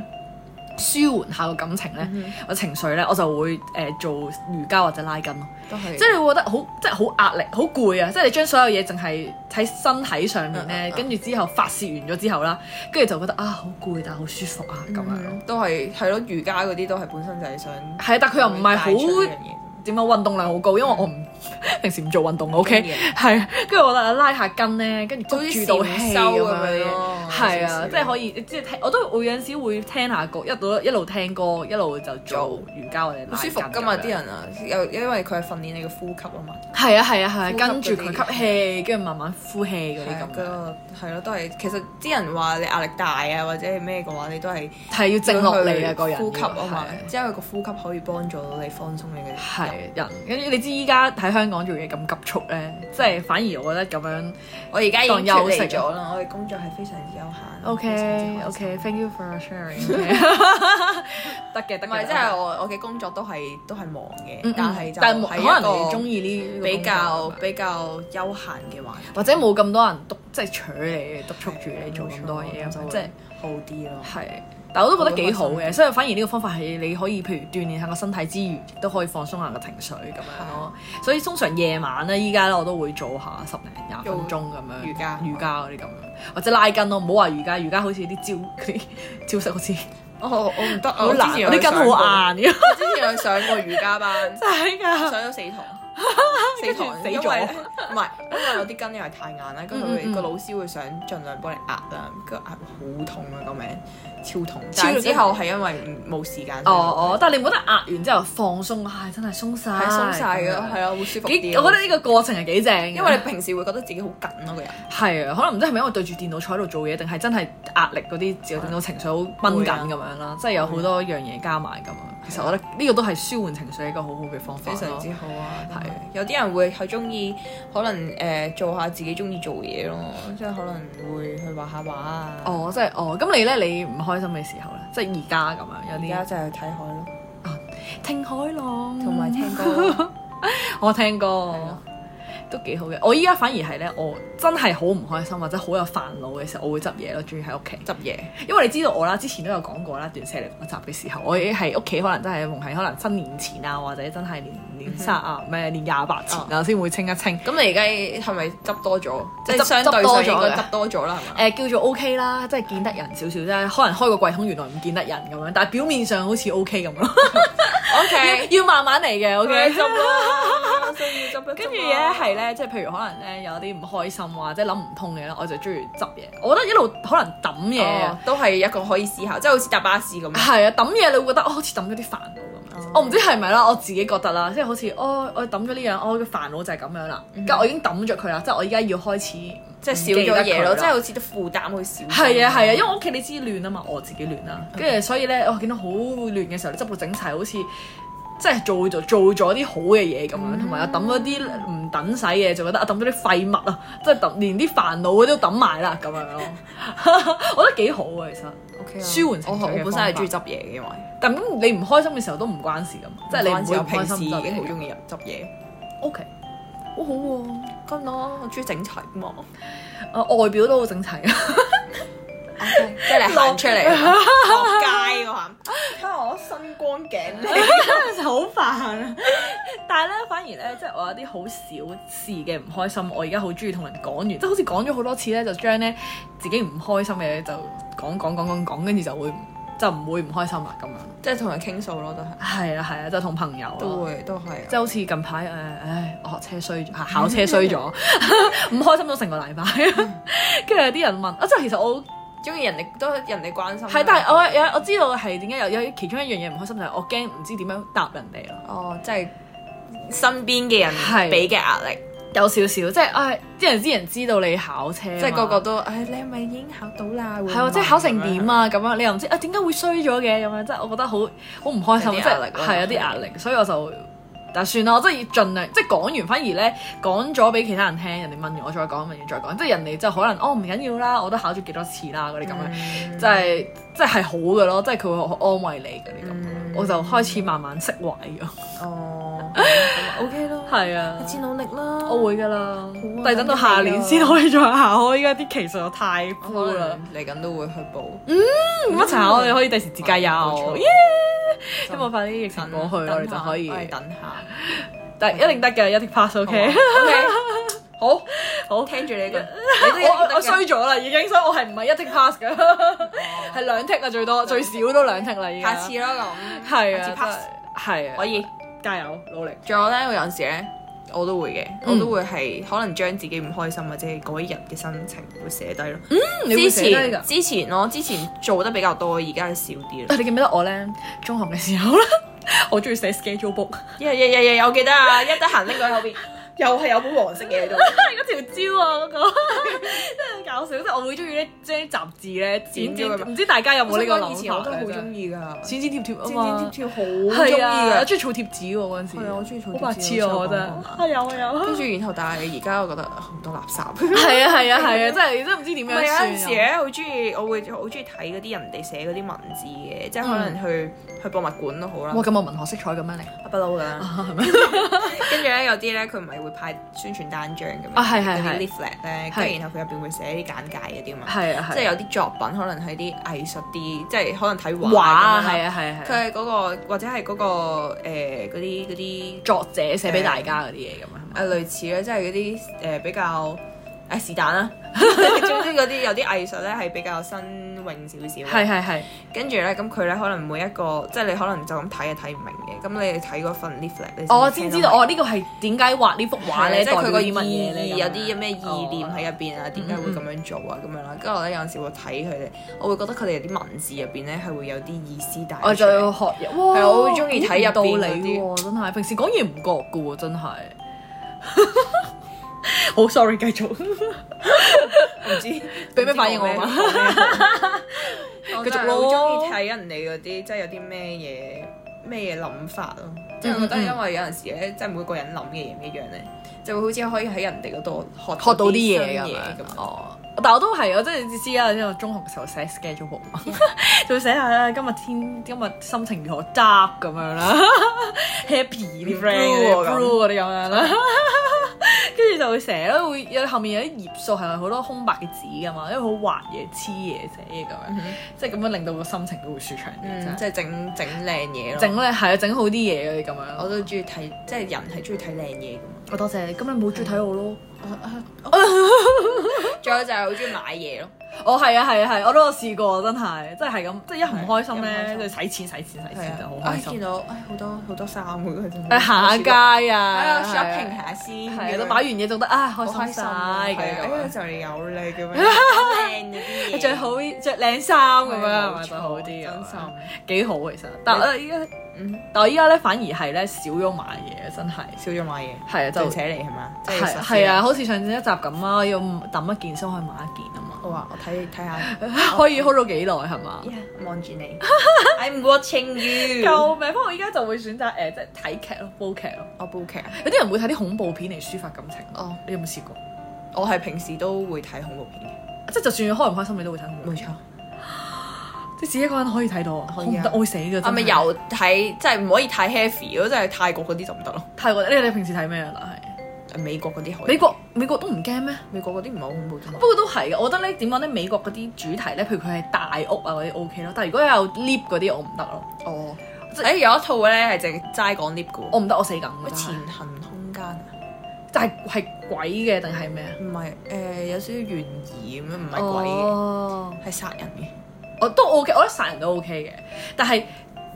B: 舒緩下個感情咧，個情緒咧，我就會誒、呃做瑜伽或者拉筋咯。
A: 都係
B: 即係你會覺得好，即係好壓力，好攰啊！即係你將所有嘢淨係喺身體上面
A: 嗯嗯
B: 咧，
A: 嗯
B: 跟住之後發泄完咗之後啦，跟住就覺得啊好攰，但係好舒服啊咁樣咯。
A: 嗯都係係咯，瑜伽嗰啲都係本身就係想
B: 係啊，但佢又唔係
A: 帶出嗯呢
B: 好
A: 樣嘢
B: 點啊，運動量好高，因為我唔 平時唔做運動嘅，OK
A: 中意啊
B: 係啊，跟住我就拉下筋咧，跟住
A: 做
B: 捉
A: 啲
B: 住到氣
A: 禪
B: 咁
A: 修咁
B: 樣
A: 樣咯
B: 係
A: 少
B: 啊
A: 少，
B: 即係可以即係聽，我都會有陣時會聽下歌，一路一路聽歌，一路就做瑜伽或者
A: 好
B: 拉
A: 舒
B: 筋
A: 服㗎嘛
B: 咁樣
A: 啲人啊，又因為佢係訓練你嘅呼吸啊嘛，
B: 係啊係啊係啊，
A: 呼吸
B: 跟住
A: 嗰啲
B: 佢吸氣，跟住慢慢呼氣嗰
A: 係
B: 啲
A: 啊
B: 咁樣。
A: 個係咯，都係其實啲人話你壓力大啊或者係咩嘅話，你都係
B: 係要靜落嚟啊！
A: 去
B: 個人
A: 呼吸啊嘛，
B: 係
A: 因為個呼吸可以幫助到你放鬆你嘅
B: 係人，跟住你知依家喺香港做嘢咁急促咧，即係反而我覺得咁樣。
A: 我而家已經
B: 當
A: 休
B: 休息
A: 息咗啦，我哋工作係非常之休閒。啊
B: OK
A: 非常之開心
B: OK，thank you for sharing 得嘅得嘅，
A: 唔係即係我我嘅工作都係都係忙嘅，
B: 嗯嗯
A: 但係就
B: 但
A: 係
B: 可能你
A: 一個
B: 中意呢個
A: 比
B: 工
A: 較
B: 作啊嘛
A: 比較休閒嘅環
B: 或者冇咁多人督，即係取你督促住你做咁多嘢啊
A: 就
B: 嘛，
A: 會
B: 即係
A: 好啲咯。
B: 係。但我都覺得幾好
A: 會開心
B: 嘅，所以反而呢個方法係你可以譬如鍛鍊下個身體之餘，亦都可以放鬆下個情緒咁樣咯。所以通常夜晚咧，依家咧我都會做下十零廿分鐘咁樣
A: 瑜伽
B: 瑜伽嗰啲咁樣，或者拉筋咯。唔好話瑜伽，瑜伽好似啲招啲招式好似
A: 我我唔得啊！
B: 好
A: 我之
B: 難，
A: 前有
B: 我啲筋
A: 上過
B: 好硬嘅，
A: 我之前有上過瑜伽班，
B: 真係
A: 上
B: 㗎。
A: 咗四堂，四堂
B: 啊跟
A: 因
B: 住死咗
A: 為呢唔係因為我啲筋又係太硬啦，跟住
B: 嗯嗯
A: 佢個老師會想盡量幫你壓啦，跟住壓好痛啊個名，超痛。
B: 超
A: 但係之後係因為唔冇時間，
B: 哦哦，但係你唔覺得壓完之後放鬆，唉，真係鬆晒，
A: 係鬆晒嘅，係
B: 啊。
A: 啊，會舒服
B: 幾
A: 啲。
B: 我覺得呢個過程係幾正嘅，
A: 因為你平時會覺得自己好緊咯個人，
B: 係啊，可能唔知係咪因為對住電腦坐喺度做嘢，定係真係壓力嗰啲，就令到情緒好繃緊咁樣啦，即係有好多樣嘢加埋咁啊。嗯其實我覺得呢個都係舒緩情緒一個好好嘅方法
A: 非常
B: 咯
A: 之。好啊。
B: 係
A: 係有啲人會係中意可能誒做下自己中意做嘢咯，即係可能會去畫下畫啊。
B: 哦，即係哦，咁你咧，你唔開心嘅時候咧，即係而家咁樣有
A: 而家
B: 啲
A: 就係睇海咯，
B: 聽海浪，
A: 同埋聽歌咯。
B: 我聽
A: 咯
B: 歌都幾好嘅。我依家反而係咧，我真係好唔開心或者好有煩惱嘅時候，我會執嘢咯，中意喺屋企。
A: 執嘢，
B: 因為你知道我啦，之前都有講過啦，斷捨離嗰集嘅時候，我已經係屋企可能真係逢係可能新年前啊，或者真係年年卅啊，唔係年廿八前啊，先會清一清。
A: 咁你而家係咪執多咗？即係
B: 執
A: 相對
B: 執多
A: 上
B: 咗
A: 應該
B: 嘅
A: 執多咗啦，係嘛？
B: 誒、叫做 OK 啦，即係見得人少少啫，可能開個櫃桶原來唔見得人咁樣，但係表面上好似 OK 咁咯。
A: O K，
B: 要慢慢嚟嘅
A: 嘅
B: ，OK。
A: 執 啦，需要執一執啦
B: 跟住咧
A: 啊
B: 係咧，即係譬如可能咧有啲唔開心啊，即係諗唔通嘅咧，我就中意執嘢。我覺得一路可能抌嘢啊。
A: 哦都係一個可以思考，即係好似搭巴士咁樣。
B: 係啊，抌嘢你會覺得哦，好似抌咗啲煩惱咁樣。
A: 哦
B: 我唔知係咪啦，我自己覺得啦，即係好似哦，我抌咗呢樣，我嘅煩惱就係咁樣啦。咁、我已經抌咗佢啦，即係我依家要開始
A: 嗯即係
B: 唔記
A: 少
B: 得
A: 咗嘢
B: 佢
A: 咯，
B: 啦
A: 即係好似啲負擔會少咗。
B: 係啊係啊，因為我屋企你知亂啊嘛，我自己亂啦，跟住所以咧，我見到好亂嘅時候，你執到整齊，好似即係做咗做咗啲好嘅嘢咁樣，同埋又抌咗啲唔等使嘅，就覺得啊抌咗啲廢物啊，即係抌連啲煩惱都抌埋啦咁樣咯。 我覺得幾好啊，其實。
A: OK 啊
B: 舒緩情緒嘅
A: 我我本身係
B: 方法
A: 中意執嘢嘅，因為
B: 但咁你唔開心嘅時候都唔關事啊噶嘛，即係你唔會唔
A: 平
B: 開
A: 時
B: 心
A: 已
B: 就
A: 經好中意執嘢。
B: O K，好哦好喎、
A: 咁咯，我中意整齊嘛。
B: 啊外表都好整齊啊，
A: 即係你行出嚟落街嗰 下，啊我身光頸靚，
B: 好煩啊！但係咧，反而咧，即係我有啲好小事嘅唔開心，我而家好中意同人講完，即係好似講咗好多次咧，就將咧自己唔開心嘅就講講講講講，跟住就會就唔會唔開心啦咁樣。
A: 即係同人傾訴咯，都係
B: 係啊係啊，就同朋友咯
A: 都會都係啊
B: 即係好似近排誒，唉，我學車衰 咗，考車衰咗， 唔開心咗成個禮拜。 跟住有啲人問，啊，即係其實我
A: 中意人哋都人哋關心。啊
B: 係，但係我有我知道係點解有有其中一樣嘢唔開心，就係我驚唔知點樣答人哋咯。
A: 哦，即係身邊嘅人
B: 係
A: 俾嘅壓力，
B: 有少少即係唉，啲人啲人知道你考車嘛，
A: 即係個個都唉，你係咪已經考到啦？
B: 係喎，即係考成點
A: 啊？
B: 啊咁樣，你又唔知啊點解會衰咗嘅咁樣，即係我覺得好好唔開
A: 有
B: 心，即
A: 啲壓力
B: 係
A: 咯
B: 係有啲壓力，所以我就但算啦，我真係要盡量即係講完，反而咧講咗俾其他人聽，人哋問完我再講，問完再講，即係人哋就可能哦唔緊要啦，我都考咗幾多次啦嗰啲咁樣，即係即係係好嘅咯，即係佢會好安慰你嗰啲咁樣，
A: 嗯
B: 我就開始慢慢釋懷咗。
A: 哦，咯。咁 OK 咯，
B: 係啊
A: 下次努力啦。
B: 我會噶啦
A: 好啊，
B: 但係等到下年先可以再考。我依家啲期數又太
A: 我
B: 枯
A: 可
B: 啦
A: 能。嚟緊都會去報。
B: 嗯咁一齊考，我哋可以第時自駕
A: 冇
B: 遊
A: 錯，
B: 耶！希望快啲疫情過去，我哋就可以
A: 我，哋等下。啊
B: 但一定得嘅，一定 pass OK。好，
A: 好，聽住你個，你都一定
B: 我
A: 得
B: 我
A: 嘅哦
B: 衰咗啦已經，所以我係唔係一剔 pass 嘅，係兩剔啊最多，最少都兩剔啦已經。
A: 下次咯咁。
B: 係
A: 下次
B: 啊
A: pass，
B: 係啊，
A: 可以。
B: 加油努力。
A: 仲有咧，我有陣時咧，我都會嘅，
B: 嗯
A: 我都會係可能將自己唔開心或者係嗰一日嘅心情會寫低咯。
B: 嗯你會
A: 之
B: 寫低
A: 前
B: 㗎
A: 之前我之前做得比較多，而家少啲啦。
B: 啊你記唔記得我咧中學嘅時候咧， 我中意寫 schedule book，
A: 日日日日有記得啊，一得閒拎佢後邊， 又係有本黃色嘅喺度。
B: 嗰條蕉啊嗰個，真係搞笑，即係我會中意咧將啲雜誌咧剪
A: 剪
B: 剪，
A: 咗佢
B: 唔知大家有冇呢個諗法
A: 以前我都好中
B: 意
A: 意㗎，
B: 剪剪貼貼啊
A: 剪
B: 嘛。
A: 剪貼貼好中意
B: 係啊，
A: 㗎
B: 我。中意儲貼紙喎嗰陣時。
A: 係啊我中意儲貼紙
B: 好白痴啊！我覺
A: 我
B: 得
A: 知我。
B: 有啊有。
A: 跟住然後，但係而家我覺得啊好多垃圾。
B: 係啊係啊 係啊，真係真係唔知 點
A: 唔係有陣
B: 樣
A: 時
B: 算啊。
A: 咧，好中意，我會好中意睇嗰啲人哋寫嗰啲文字嘅，即係可能去去博物館都好啦
B: 哇！，咁我文學色彩咁樣嚟
A: 不嬲㗎啦。 跟住咧，有啲咧佢唔係會派宣傳單張咁樣，
B: 啊係係
A: 嗰啲
B: 係
A: leaflet 咧，跟住然後佢入邊會寫啲簡介嗰啲嘛，
B: 係啊係
A: 即係有啲作品可能係啲藝術啲，即係可能睇畫
B: 畫啊，
A: 咁樣
B: 係
A: 啦
B: 啊係啊
A: 佢
B: 係啊。
A: 係嗰個或者係嗰個誒嗰啲嗰啲
B: 作者寫俾大家嗰啲嘢咁啊。
A: 誒類似咧，即係嗰啲誒比較誒是但啦。 總之嗰啲有啲藝術咧係比較新穎少少，
B: 係係係，
A: 跟住咧，咁佢咧可能每一個即係你可能就咁睇就睇唔明嘅，咁你睇嗰份 leaflet，你
B: 我先知道
A: 我
B: 哦，呢個係點解畫呢幅畫咧？
A: 即係佢個
B: 個
A: 意
B: 乜嘢
A: 義
B: 咧？
A: 有啲咩意念喺
B: 入。
A: 入邊啊？點解會咁樣做啊？咁樣啦，跟住我咧有陣時會睇佢哋，我會覺得佢哋啲文字入邊咧係會有啲意思帶出嚟。
B: 我就要學嘢，哇！
A: 係我好鍾意睇入邊嗰啲
B: 道理喎，真係平時講嘢唔覺嘅 喎，真係。好 sorry，繼 續。
A: 唔知
B: 俾咩反應我啊
A: 嘛？
B: 繼
A: 繼
B: 續
A: 續
B: 咯
A: 咯，好中意睇人哋嗰啲，即係有啲咩嘢咩嘢諗法咯。即係我覺得，
B: 嗯嗯
A: 因為有陣時咧，即係每個人諗嘅嘢唔一樣咧，就會好似可以喺人哋嗰度學
B: 學到啲嘢
A: 新
B: 咁
A: 嘢
B: 樣
A: 咁。樣。
B: 哦，但我都係，我真係知啦，因為我中學嘅時候寫 schedule book 嘛，就會寫下啦，今日天今日心情如何得咁樣啦 ，happy 啲 friend 嗰啲
A: Blue 喎咁
B: 嗯 blue 啊嗰啲咁樣啦。 跟住就會寫啦，會有後面有啲頁數係好多空白嘅紙噶嘛，因為好畫嘢、黐嘢、寫嘢咁樣，即係咁樣令到個心情都會舒暢啲。
A: 嗯，
B: 真係
A: 即係整整靚嘢咯。
B: 整咧係啊，整好啲嘢嗰啲咁
A: 我
B: 樣。
A: 都中意睇，即係人係中意睇靚嘢㗎嘛。
B: 我多謝你，咁你冇中意睇我咯。
A: 仲有就係好中意買嘢咯。
B: 我係啊係啊係，我都有試過，真係，即係係咁，即係一唔開心
A: 係一唔開
B: 咧，
A: 心
B: 就使錢使錢使
A: 係
B: 錢就
A: 啊，
B: 好開
A: 唉，見
B: 心。
A: 到唉好多好多衫㗎嗰陣。
B: 誒行下街啊
A: 啊，shopping 下先。
B: 係啊，
A: 咁
B: 都
A: 樣
B: 買完嘢仲得啊，
A: 好
B: 開心晒
A: 啊係啊，哎呀
B: 咁
A: 就嚟有你咁樣 靚嗰啲嘢，
B: 樣，着好着靚衫咁樣係
A: 冇
B: 咪
A: 錯
B: 就好啲啊？
A: 真心
B: 幾好其實，但係依家
A: 嗯
B: 但我依家咧反而係咧少咗買嘢，真係
A: 少咗買嘢，
B: 係啊就
A: 就扯嚟係嘛？即
B: 係
A: 實
B: 係啊，
A: 先，
B: 好似上次一集咁啊，要抌一件先可以買一件啊嘛，
A: 我話我睇睇下，
B: 可以 hold 到幾耐係嘛？
A: Yeah，望住 你，I'm watching you。
B: 救命！不過我依家就會選擇誒，即係睇劇咯，煲劇咯。
A: 我煲劇，
B: 有啲人會睇啲恐怖片嚟抒發感情。
A: 哦，
B: 你有冇試過？
A: 我係平時都會睇恐怖片嘅，
B: 即係就算開唔開心，你都會睇恐怖片。
A: 錯。
B: 即係自己一個人可以睇到啊，
A: 可
B: 我
A: 以啊
B: 唔得，我會死㗎。
A: 係咪
B: 真係
A: 又睇即係唔可以太 heavy 咯？即係泰國嗰啲就唔得咯，
B: 泰國？你你平時睇咩啊？但
A: 美國嗰啲可
B: 係
A: 以。
B: 美國美國都唔驚咩？
A: 美國嗰啲唔係好恐怖啫嘛
B: 不。過都係嘅，我覺得咧點講咧，美國嗰啲主題咧，譬如佢係大屋啊嗰啲 OK 咯，但係如果有 lift 嗰啲我唔得咯，
A: 哦，誒有一套咧係淨齋講 lift 嘅
B: 我
A: 喎，
B: 唔得，我死梗㗎
A: 咩前
B: 真係。
A: 行空間啊？
B: 但係係鬼嘅定係咩啊？
A: 唔係誒有少少懸疑咁樣，唔係鬼嘅，
B: 哦
A: 係殺人嘅。
B: 我都 OK，我覺得殺人都 OK 嘅，但係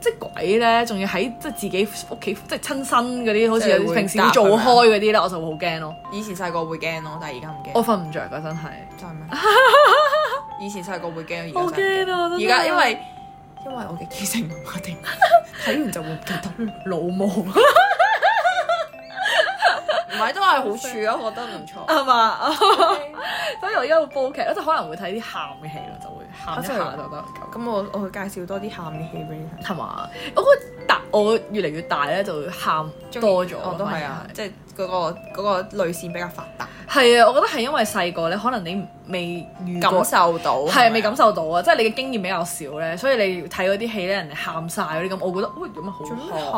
B: 即係鬼咧，仲要喺即係自己屋企即係親身嗰啲，好似有
A: 即係
B: 啲
A: 會
B: 平時
A: 搭啊
B: 會做
A: 咁樣
B: 開嗰啲咧，我就會好驚咯。
A: 以前細個會驚咯，但係而家唔驚。
B: 我瞓唔着㗎，真係。
A: 真係咩？ 以前細個會驚，而
B: 好
A: 家真係
B: 驚啊！
A: 唔
B: 而
A: 驚而家
B: 家因
A: 因
B: 為
A: 為因為我嘅記性唔穩 定，睇完就會唔記得。
B: 老母
A: 唔係都係好處啊，我覺得唔 錯。
B: 係嘛， 所以我而家會煲劇咯，即係可能會睇啲喊嘅戲咯，就會喊一下就得。
A: 咁我我去介紹多啲喊嘅戲俾你睇。
B: 係嘛？我覺得大我越嚟越大咧，就會喊多咗。
A: 哦啊我都係啊，即係嗰個嗰個淚腺比較發達。
B: 係啊，我覺得係因為細個咧，可能你未遇過
A: 感受到
B: 係未感受到啊，即係你嘅經驗比較少咧，所以你睇嗰啲戲咧，人哋喊晒嗰啲咁，我覺得喂有乜好喊
A: 做
B: 啫
A: 乜喊？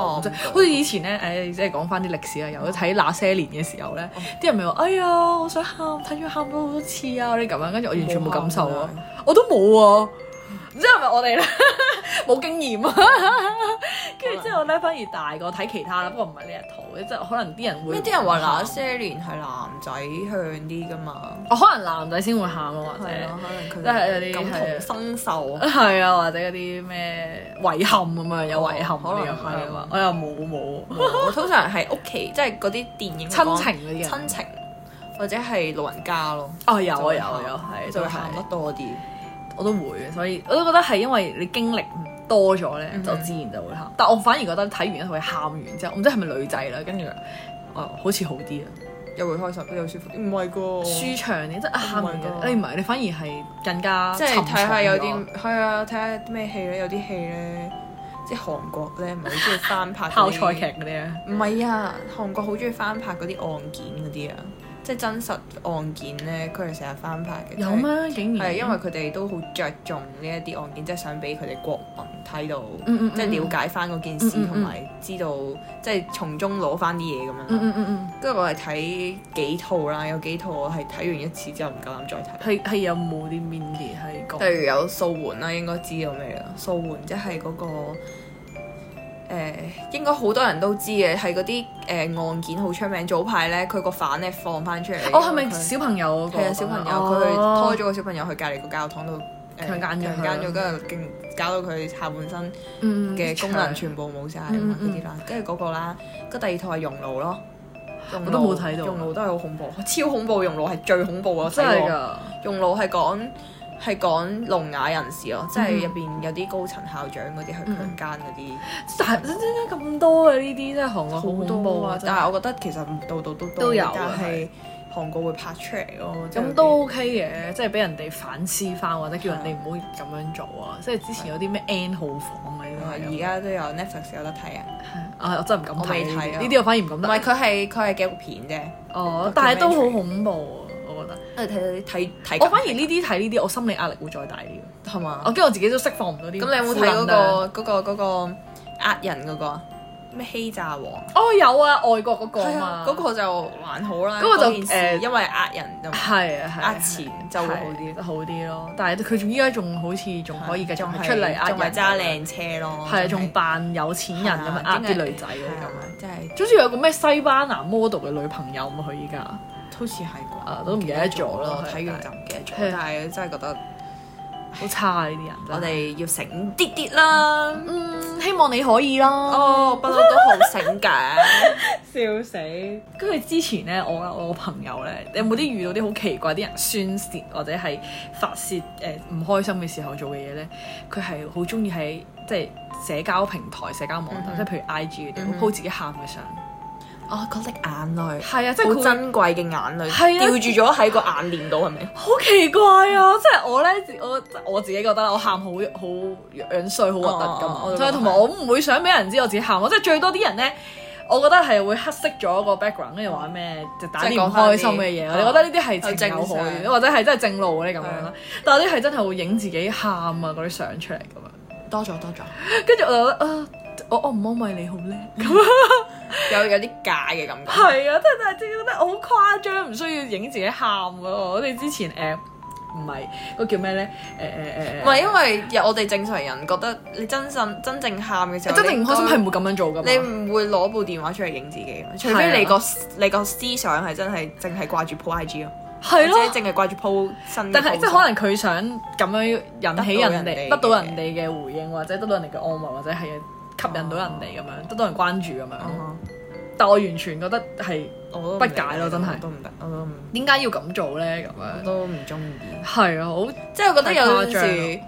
B: 好似以前咧，誒、即係講翻啲歷史啊，有睇那些年嘅時候咧，啲人咪話：哎呀，我想喊，睇咗喊咗好多次啊！你咁樣，跟住我完全冇感受
A: 冇
B: 啊
A: 喊，
B: 我都冇啊，唔知係咪我哋咧 冇經驗啊？跟住之後咧，反而大個睇其他啦，不過唔係呢一套，即係可能啲人會
A: 咩啲人話那些年係男仔向啲噶嘛，
B: 我哦可能男仔先會喊咯，或者。
A: 係咯，可
B: 即係
A: 能
B: 有
A: 佢哋
B: 啲
A: 感
B: 係啊
A: 同身受。
B: 係啊，或者嗰啲咩遺憾咁樣，有遺憾
A: 可能
B: 係啊
A: 係
B: 嘛
A: 啊，
B: 我又冇冇
A: 我 通常係屋企，即係嗰啲電影
B: 親情嗰啲人
A: 親情或者係老人家咯。
B: 哦有
A: 就
B: 啊
A: 會
B: 有啊
A: 喊
B: 有啊，係
A: 就
B: 都
A: 會
B: 係
A: 喊得多啲。
B: 我都會嘅，所以我都覺得係因為你經歷多咗
A: 嗯
B: 咧，就自然就會喊。但我反而覺得睇完一套戲喊完之後，我唔知係咪女仔啦，跟住我好似好啲啊，
A: 又會開心，又舒服。唔係個，
B: 舒
A: 即
B: 暢啲，即係喊完
A: 哦 Oh my
B: 嘅哎
A: god
B: 你唔係你反而係更加
A: 係
B: 沉
A: 睇下有
B: 重咗
A: 啲係啊，睇下啲咩戲咧，有啲戲咧，即係韓國咧，唔係好中意翻拍嗰 啲
B: 泡菜劇。嗰啲咧，
A: 唔係啊，韓國好中意翻拍嗰啲案件嗰啲啊，即係真實案件咧，佢哋成日翻拍嘅。
B: 有？咩竟然
A: 係啊因為佢哋都好着重呢一啲案件，即係想俾佢哋國民睇到，
B: 嗯嗯
A: 即係
B: 嗯
A: 了解翻嗰件事，
B: 嗯嗯嗯
A: 同埋知道即係從中攞翻啲嘢咁樣啦。
B: 嗯嗯嗯嗯。
A: 跟住我係睇幾套啦，有幾套我係睇完一次之後唔夠膽再睇。
B: 係係有冇啲 mini 係講？
A: 例如有素媛啦，應該知道咩啦？素媛即係嗰個誒、呃，應該好多人都知嘅，係嗰啲誒案件好出名。早排咧，佢個犯咧放翻出嚟。
B: 哦，係咪
A: 佢
B: 小朋友嗰個？
A: 啊係啊，小朋友佢
B: 哦
A: 拖咗個小朋友去隔離個教堂度誒
B: 強姦咗佢
A: 強姦咗，跟住勁搞到佢下半身
B: 嗯
A: 嘅功能全部冇晒啊嘛嗰啲啦，跟住嗰個啦，跟住第二套係熔爐咯，
B: 我都冇睇到
A: 熔爐都係好恐怖，超恐怖，熔爐係最恐怖啊！我
B: 真
A: 睇
B: 係
A: 過，
B: 㗎，
A: 熔爐係講係講聾啞人士咯，即
B: 嗯
A: 係入邊有啲高層校長嗰啲去強姦嗰啲。
B: 但真真咁多嘅呢啲真係韓國好恐怖啊！
A: 但
B: 係
A: 係我覺得其實唔度度都多
B: 都有啊
A: 但係韓國會拍出嚟咯。即係有啲
B: 咁都 OK 嘅，即係俾人哋反思翻，或者叫人哋唔好咁樣做啊！即係之前有啲咩 N 號房嗰啲都係
A: 啊而家都有 Netflix 有得睇啊，
B: 啊，我真係唔敢
A: 我未
B: 睇呢
A: 睇啊
B: 啲呢啲，我反而唔
A: 唔
B: 敢
A: 係
B: 睇。
A: 佢係佢係紀錄片
B: 哦
A: documentary，
B: 但係都好恐怖啊！我覺得，
A: 啫，睇睇睇睇緊。
B: 我反而呢啲睇呢啲，我心理壓力會再大啲嘅。
A: 係嘛
B: 我？驚啊我自己都釋放唔到啲。
A: 哦咁你有冇睇嗰？個嗰個嗰個呃人嗰個啊咩欺詐王？
B: 哦，有啊，外國嗰個啊
A: 係
B: 嘛
A: 啊，嗰個就還好啦。
B: 嗰個就
A: 件事
B: 誒
A: 因為呃人就
B: 係啊，係啊
A: 呃錢就會好啲
B: 係好啲咯。但係佢仲依家仲好似仲可以繼續
A: 仲係
B: 出嚟呃
A: 仲係
B: 人，
A: 揸靚車咯，
B: 係啊仲扮有錢人咁樣呃啲女仔嗰啲咁樣。
A: 咁，真啊係啊
B: 總之有個咩西班牙 model 嘅女朋友嘛，佢依家
A: 好似係啩
B: 啊都唔記得咗咯
A: 我哦睇完就唔記得
B: 係
A: 咗，但係嗯真係覺得
B: 好差啊呢啲人。
A: 我哋要醒啲啲啦。
B: 嗯希望你可以啦。
A: 哦，不嬲都好醒嘅，
B: 笑死！跟住之前咧，我我朋友咧，你有冇啲遇到啲好奇怪啲人宣泄或者係發泄誒唔、開心嘅時候做嘅嘢咧？佢係好中意喺即係社交平台、社交網站，即係譬如 I G 嗰啲會 po 自己喊嘅相。
A: 哦，嗰滴眼淚
B: 係啊，即係
A: 好
B: 佢
A: 珍貴嘅眼淚，
B: 係啊
A: 吊住咗喺個眼簾度係咪？
B: 好奇怪啊！即係我咧，自我我自己覺得啦我喊好好樣衰，好核突
A: 哦哦
B: 咁
A: 我
B: 嘛。
A: 都
B: 所以
A: 覺得
B: 同埋我唔會想俾人知我自己喊咯。即係最多啲人咧，我覺得係會黑色咗個 background，跟住話咩就打
A: 嗯即
B: 啲
A: 係
B: 唔
A: 講返
B: 開心嘅嘢。
A: 啲哦
B: 我哋覺得呢啲係
A: 有
B: 情有
A: 正
B: 可
A: 常嗯
B: 原，或者係真係正路嗰啲咁樣啦。但係有啲係真係會影自己喊啊嗰啲相出嚟咁樣。
A: 多咗多咗，
B: 跟住我就覺得啊，我我唔安慰你好叻咁樣。
A: 有有啲假嘅感覺。
B: 係啊，真係真係覺得好誇張，唔需要影自己喊啊！我哋之前誒唔係嗰叫咩呃咧？誒誒誒，
A: 唔係因為有我哋正常人覺得你真心真正喊嘅時候，
B: 真正唔開心係
A: 你
B: 唔會咁樣做噶嘛。
A: 你唔會攞部電話出嚟影自己嘅，除非你個你個思想係真係淨係掛住 po IG 咯，或
B: 係咯
A: 者，淨係掛住 po 新嘅 post。
B: 但係即係可能佢想咁樣引起人哋
A: 得
B: 得到
A: 到人
B: 人哋嘅回應，或者得到人哋嘅安慰，或者係吸引到人哋咁樣，得到人關注咁樣。
A: 嗯
B: 但我完全覺得係
A: 哼，我都唔
B: 不解咯
A: 明啊
B: 真係
A: 我都唔得，我都唔
B: 點解要咁做咧？咁
A: 我
B: 樣
A: 都唔中意。
B: 係啊，好
A: 即係我覺得有
B: 太誇
A: 陣
B: 張
A: 時
B: 啦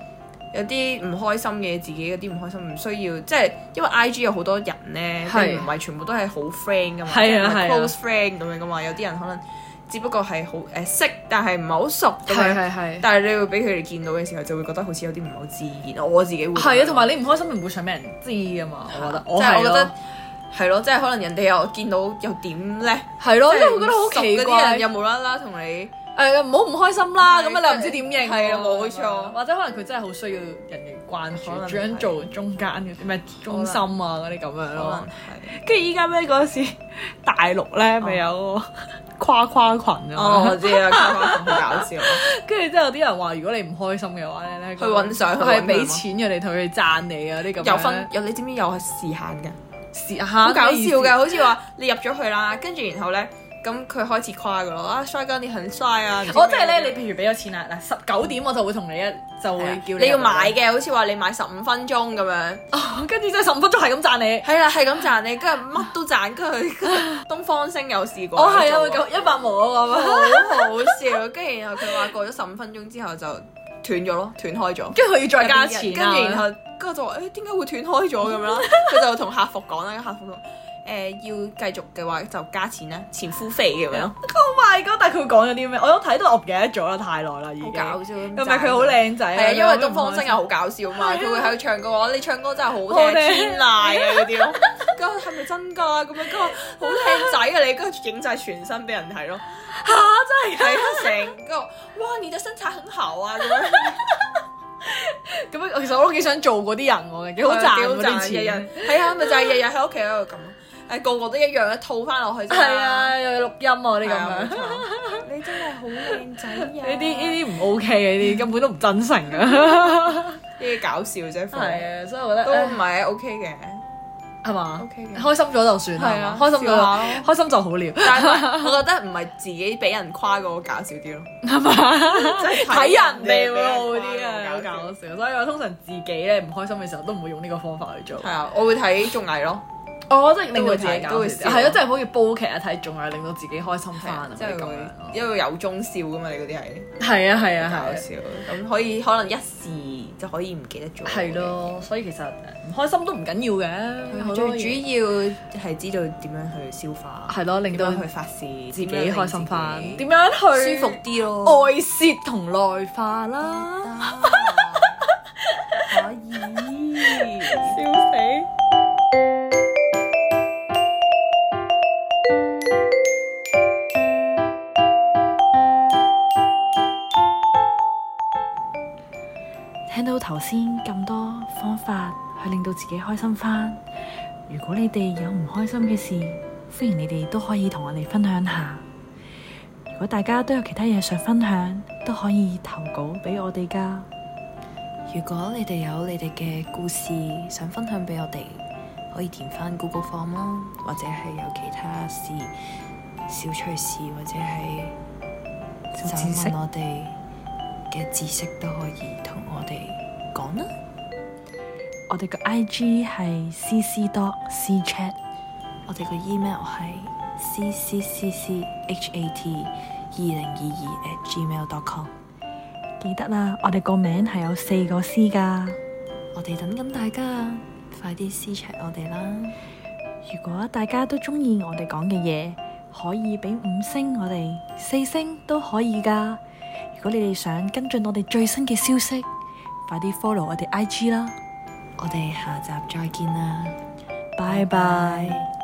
A: 有啲唔開心嘅，自己嗰啲唔開心唔需要，即係因為 I G 有好多人咧，
B: 係
A: 佢唔係全部都係好 friend 噶嘛，
B: 係啊
A: 唔係
B: 係啊
A: close friend 咁樣噶嘛，有啲人可能只不過係好誒識，但係唔係啊好熟咁
B: 係
A: 樣。
B: 係係。
A: 但係你會俾佢哋見到嘅時候，就會覺得好似有啲唔係好自然。我自己會啊
B: 係啊，同埋你唔開心，你唔會想俾人知噶嘛。我覺得
A: 即係我覺
B: 係咯
A: 得係咯，即係可能人哋又見到又點咧？
B: 係咯，即係我覺
A: 唔
B: 得好
A: 熟
B: 奇
A: 嗰啲
B: 怪
A: 人。又無啦啦同你
B: 誒唔好唔開心啦，
A: 係
B: 咁啊你又唔知點應喎。
A: 係啊冇錯
B: 或者可能佢真係好需要人哋關啊
A: 可能
B: 注，想做中間嗰啲咩中心啊嗰啲咁樣
A: 可能
B: 咯。
A: 係
C: 跟住依家咩嗰陣時，大陸咧咪有個跨跨群
A: 哦，
C: 啊
A: 我，知 啦，好搞笑。
B: 跟住之後有啲人話，如果你唔開心嘅話咧，咧
A: 去揾相去揾
B: 係俾
A: 相
B: 錢嘅，你同佢讚你啊啲咁樣。
A: 有分有你知唔知有係時限㗎？
B: 時下
A: 好
B: 好
A: 搞笑㗎，好似話你入咗去啦，跟住然後咧，咁佢開始誇 㗎咯，啊衰哥你很衰啊！唔知
B: 我
A: 咩
B: 即係咧，你譬如俾咗錢啦，嗱十九點我就會同你一就會叫
A: 啊你要買
B: 嘅，
A: 嘅，好似話你買十五分鐘咁樣。
B: 哦跟住之後十五分鐘係咁讚你。
A: 係啦，係咁賺你，跟住乜都賺，跟住 東方星有試過。
B: 我係啊，會咁一百毛啊咁樣。
A: 好好笑。跟住然後佢話過咗十五分鐘之後就斷咗咯，斷開咗。
B: 跟住佢要再加錢
A: 跟
B: 啊
A: 住然後跟住我 就話誒點解會斷開咗咁樣啦？佢就同客服講啦，客服講誒、要繼續嘅話就加錢啦，前夫肥咁 樣咯，
B: Oh my god！但係佢講咗啲咩？我有睇到，我唔記得咗啦，太耐啦已經。
A: 好搞笑。
B: 又咪佢好靚仔
A: 係
B: 啊？
A: 啊，因為東
B: 唔
A: 方
B: 開
A: 星
B: 心
A: 又好搞笑嘛，佢會喺度唱歌話你唱歌真係
B: 好
A: 好
B: 聽
A: 聽，天籟啊嗰啲咯。跟住係咪真㗎？咁樣跟住話好靚仔啊你，跟住影晒全身俾人睇咯。嚇真係係啊，成個哇你的身材很好啊咁樣，
B: 咁樣，其實我都幾想做嗰啲人啊喎，幾好賺嗰
A: 幾好日
B: 啲錢。
A: 日係啊，咪就係日日喺屋企喺度咁咯。誒個個都一樣一套翻落去啫嘛。
B: 係啊，又有錄音啊嗰啲
A: 係啊，
B: 咁樣。
A: 冇錯你真係好靚仔啊！
B: 呢啲呢啲唔 OK 嘅，呢啲根本都唔真誠啊。
A: 呢啲搞笑啫，係
B: 係啊，所以我覺得
A: 都
B: 唉
A: 唔係 OK 嘅。
B: 係嘛
A: OK 嘅
B: 開心咗就算啦，
A: 係啊
B: 係嘛開心咗
A: 笑下咯
B: 就開心就好了。
A: 但係我覺得唔係自己俾人誇嗰個搞笑啲咯，係嘛？
B: 睇人哋會好
A: 會
B: 啲啊，好搞笑。所以我通常自己咧唔開心嘅時候都唔會用呢個方法去做
A: 係。啊，我會睇綜藝咯，
B: 哦，即係令到
A: 都會
B: 自己
A: 睇
B: 都會
A: 搞笑
B: 笑，係啊，即係好似煲劇啊睇綜藝，令到自己開心翻啊，
A: 即係會
B: 咁樣咯
A: 因為有中笑噶嘛，你嗰啲係
B: 係啊係啊
A: 搞
B: 係啊。
A: 笑，咁可以可能一時就可以唔記得咗。
B: 係，咯，所以其實唔開心都唔緊要嘅，好
A: 啊最
B: 多
A: 主
B: 嘢
A: 要係知道點樣去消化，
B: 係咯，令
A: 點
B: 到
A: 樣去
B: 佢
A: 發泄，
B: 自己開心翻，點
A: 點
B: 樣去
A: 樣舒服啲咯。
B: 外泄同內化啦，
A: 啊 可 以。
B: 笑死！
C: 聽到頭先咁多方法去令到自己開心翻，如果你哋有唔開心嘅事，歡迎你哋都可以同我哋分享下。如果大家都有其他嘢想分享，都可以投稿俾我哋㗎。
D: 如果你哋有你哋嘅故事想分享俾我哋，可以填翻 Google Form 啦，或者係有其他事、小趣事或者係
C: 小
D: 想
C: 知識
D: 問我哋嘅知識都可以同我哋講啦。
C: 我哋個 I G 係 C C dot C Chat，
D: 我哋個 email 係 c c c c h a t 二零二二 at gmail dot com。
C: 記得啦，我哋個名係有四個 C 㗎。
D: 我哋等緊大家，快啲私 check 我哋啦！
C: 如果大家都中意我哋講嘅嘢，可以俾五星我哋，四星都可以噶。如果你哋想跟進我哋最新嘅消息，快啲 follow 我哋 IG 啦。
D: 我哋下集再見啦！
C: 拜拜。